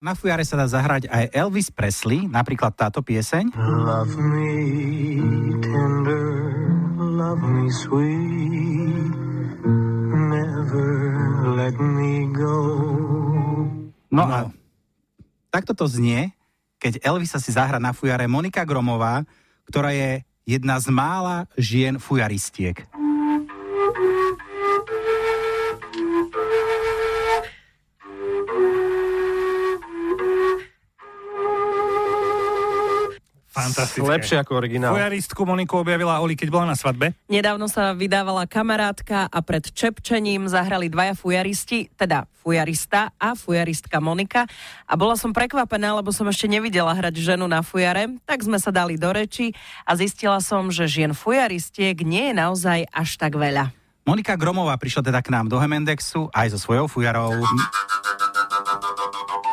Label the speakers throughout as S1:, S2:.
S1: Na fujare sa dá zahrať aj Elvis Presley, napríklad táto pieseň.
S2: Love me tender, love me sweet, never let me go.
S1: No, a takto to znie, keď Elvisa si zahra na fujare Monika Gromová, ktorá je jedna z mála žien fujaristiek.
S3: Fantastické.
S4: Lepšie ako
S2: no.
S4: originál.
S3: Fujaristku Moniku objavila Oli, keď bola na svadbe.
S5: Nedávno sa vydávala kamarátka a pred čepčením zahrali dvaja fujaristi, teda fujarista a fujaristka Monika. A bola som prekvapená, lebo som ešte nevidela hrať ženu na fujare, tak sme sa dali do reči a zistila som, že žien fujaristiek nie je naozaj až tak veľa.
S1: Monika Gromová prišla teda k nám do Hemendexu aj so svojou fujarou.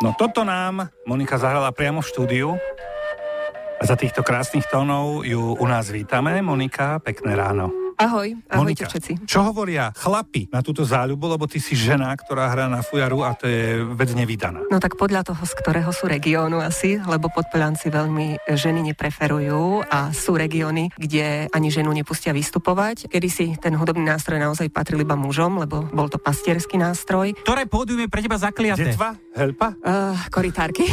S3: No toto nám Monika zahrala priamo v štúdiu. A za týchto krásnych tónov ju u nás vítame. Monika, pekné ráno.
S6: Ahoj, ahojte
S3: Monika,
S6: všetci.
S3: čo hovoria chlapi na túto záľubu, lebo ty si žena, ktorá hrá na fujaru a to je vec nevydaná.
S6: No tak podľa toho, z ktorého sú regiónu asi, lebo podpelanci veľmi e, ženy nepreferujú a sú regióny, kde ani ženu nepustia vystupovať. Kedy si ten hudobný nástroj naozaj patril iba mužom, lebo bol to pastierský nástroj. E,
S1: Ktoré pódium je pre teba zakliaté?
S3: Detva? Helpa?
S6: Uh, koritárky.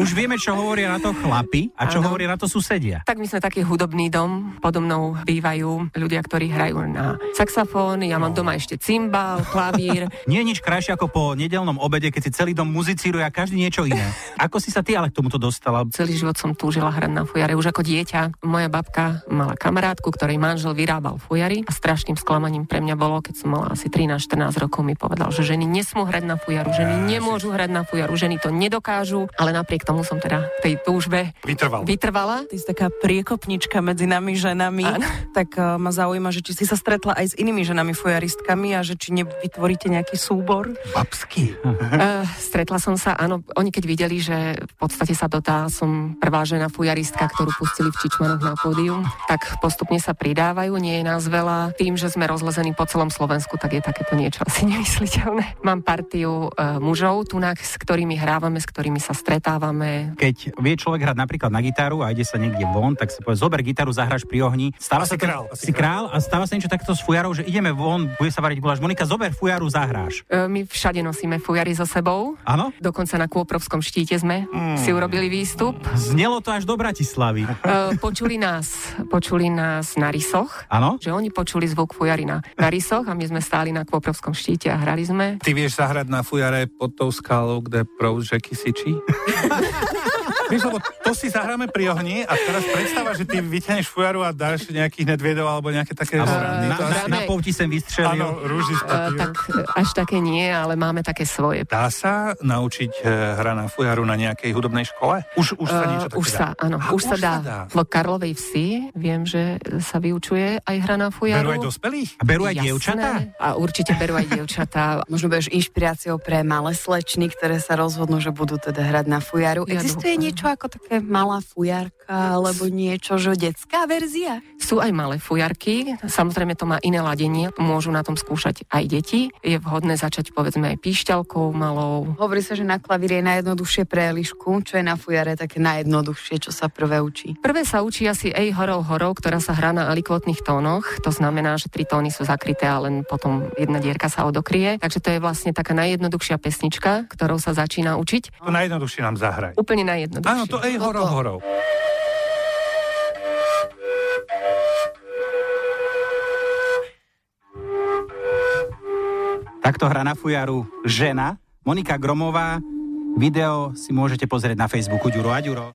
S1: Už vieme, čo hovoria na to chlapi a čo
S6: Áno.
S1: hovoria na to susedia.
S6: tak my sme taký hudobný dom, podo mnou bývajú ľudia, ktorí hrajú na saxofón, ja mám doma ešte cymbal, klavír,
S1: Nie je nič krajšie ako po nedelnom obede, keď si celý dom muzicíruje a každý niečo iné. Ako si sa ty ale k tomuto dostala?
S6: celý život som túžila hrať na fujare. Už ako dieťa moja babka mala kamarátku, ktorej manžel vyrábal fujary a strašným sklamaním pre mňa bolo, keď som mala asi 13-14 rokov, mi povedal, že ženy nesmú hrať na fujaru, ženy nemôžu hrať na fujaru, ženy to nedokážu, ale napriek tomu som teda v tej túžbe
S3: Vytrval.
S6: vytrvala.
S5: Ty si taká priekopnička medzi nami ženami,
S6: Áno.
S5: tak uh, ma zaujíma, že či si sa stretla aj s inými ženami fujaristkami a že či nevytvoríte nejaký súbor.
S3: Babsky.
S6: Uh, stretla som sa, áno, oni keď videli, že v podstate sa dotá, som prvá žena fujaristka, ktorú pustili v Čičmanoch na pódium, tak postupne sa pridávajú, nie je nás veľa. Tým, že sme rozlezení po celom Slovensku, tak je takéto niečo asi nemysliteľné. Mám partiu uh, mužov tunak, s ktorými hrávame, s ktorými sa stretávame.
S1: Keď vie človek hrať napríklad na gitaru a ide sa niekde von, tak si povie, zober gitaru, zahraš pri ohni. Stáva
S3: A
S1: sa
S3: si
S1: to-
S3: král, a si
S1: si král a stáva sa niečo takto s fujarou, že ideme von, bude sa variť guláš. Monika, zober fujaru, zahráš.
S6: Uh, my všade nosíme fujary so sebou.
S1: Áno?
S6: Dokonca na Kôprovskom štíte sme si urobili výstup.
S1: Znelo to až do Bratislavy.
S6: Uh, počuli nás, počuli nás na rysoch.
S1: Áno?
S6: že oni počuli zvuk fujary na, na rysoch a my sme stáli na Kôprovskom štíte a hrali sme.
S3: Ty vieš zahrať na fujare pod tou skalou, kde prou řeky sičí? Vieš, lebo to si zahráme pri ohni a teraz predstava, že ty vyťahneš fujaru a dáš nejakých nedviedov alebo nejaké také...
S1: Alebo
S3: srandy.
S1: na,
S6: to
S1: na,
S6: asi-
S1: na pouti sem
S3: Áno,
S1: vystrelil.
S3: rúži z
S6: Uh,
S3: papíru.
S6: tak e, až také nie, ale máme také svoje.
S3: Dá sa naučiť e, hra na fujaru na nejakej hudobnej škole? Už, už sa niečo také
S6: Uh, už sa,
S3: dá.
S6: áno,
S3: A
S6: už, sa dá. V Karlovej vsi viem, že sa vyučuje aj hra na
S3: Berú
S6: fujaru.
S3: aj dospelých?
S1: A berú aj
S6: Jasné.
S1: dievčatá?
S6: A určite berú aj dievčatá.
S7: Možno budeš inšpiráciou pre malé slečny, ktoré sa rozhodnú, že budú teda hrať na fujaru.
S6: Ja
S7: Existuje
S6: dúfam.
S7: niečo ako také malá fujarka alebo niečo, že detská verzia?
S6: Sú aj malé fujarky, samozrejme to má iné ladenie, môžu na tom skúšať aj deti. Je vhodné začať povedzme aj píšťalkou malou,
S7: Hovorí sa, že na klavíri je najjednoduchšie pre lišku, čo je na fujare také najjednoduchšie, čo sa prvé učí.
S6: Prvé sa učí asi Ej horou horou, ktorá sa hrá na alikvotných tónoch. To znamená, že tri tóny sú zakryté a len potom jedna dierka sa odokrie. Takže to je vlastne taká najjednoduchšia pesnička, ktorou sa začína učiť.
S3: To najjednoduchšie nám zahraj.
S6: Úplne najjednoduchšia.
S3: Áno, to ej horou horou.
S1: Takto hra na fujaru žena, Monika Gromová. Video si môžete pozrieť na Facebooku Ďuro a Ďuro.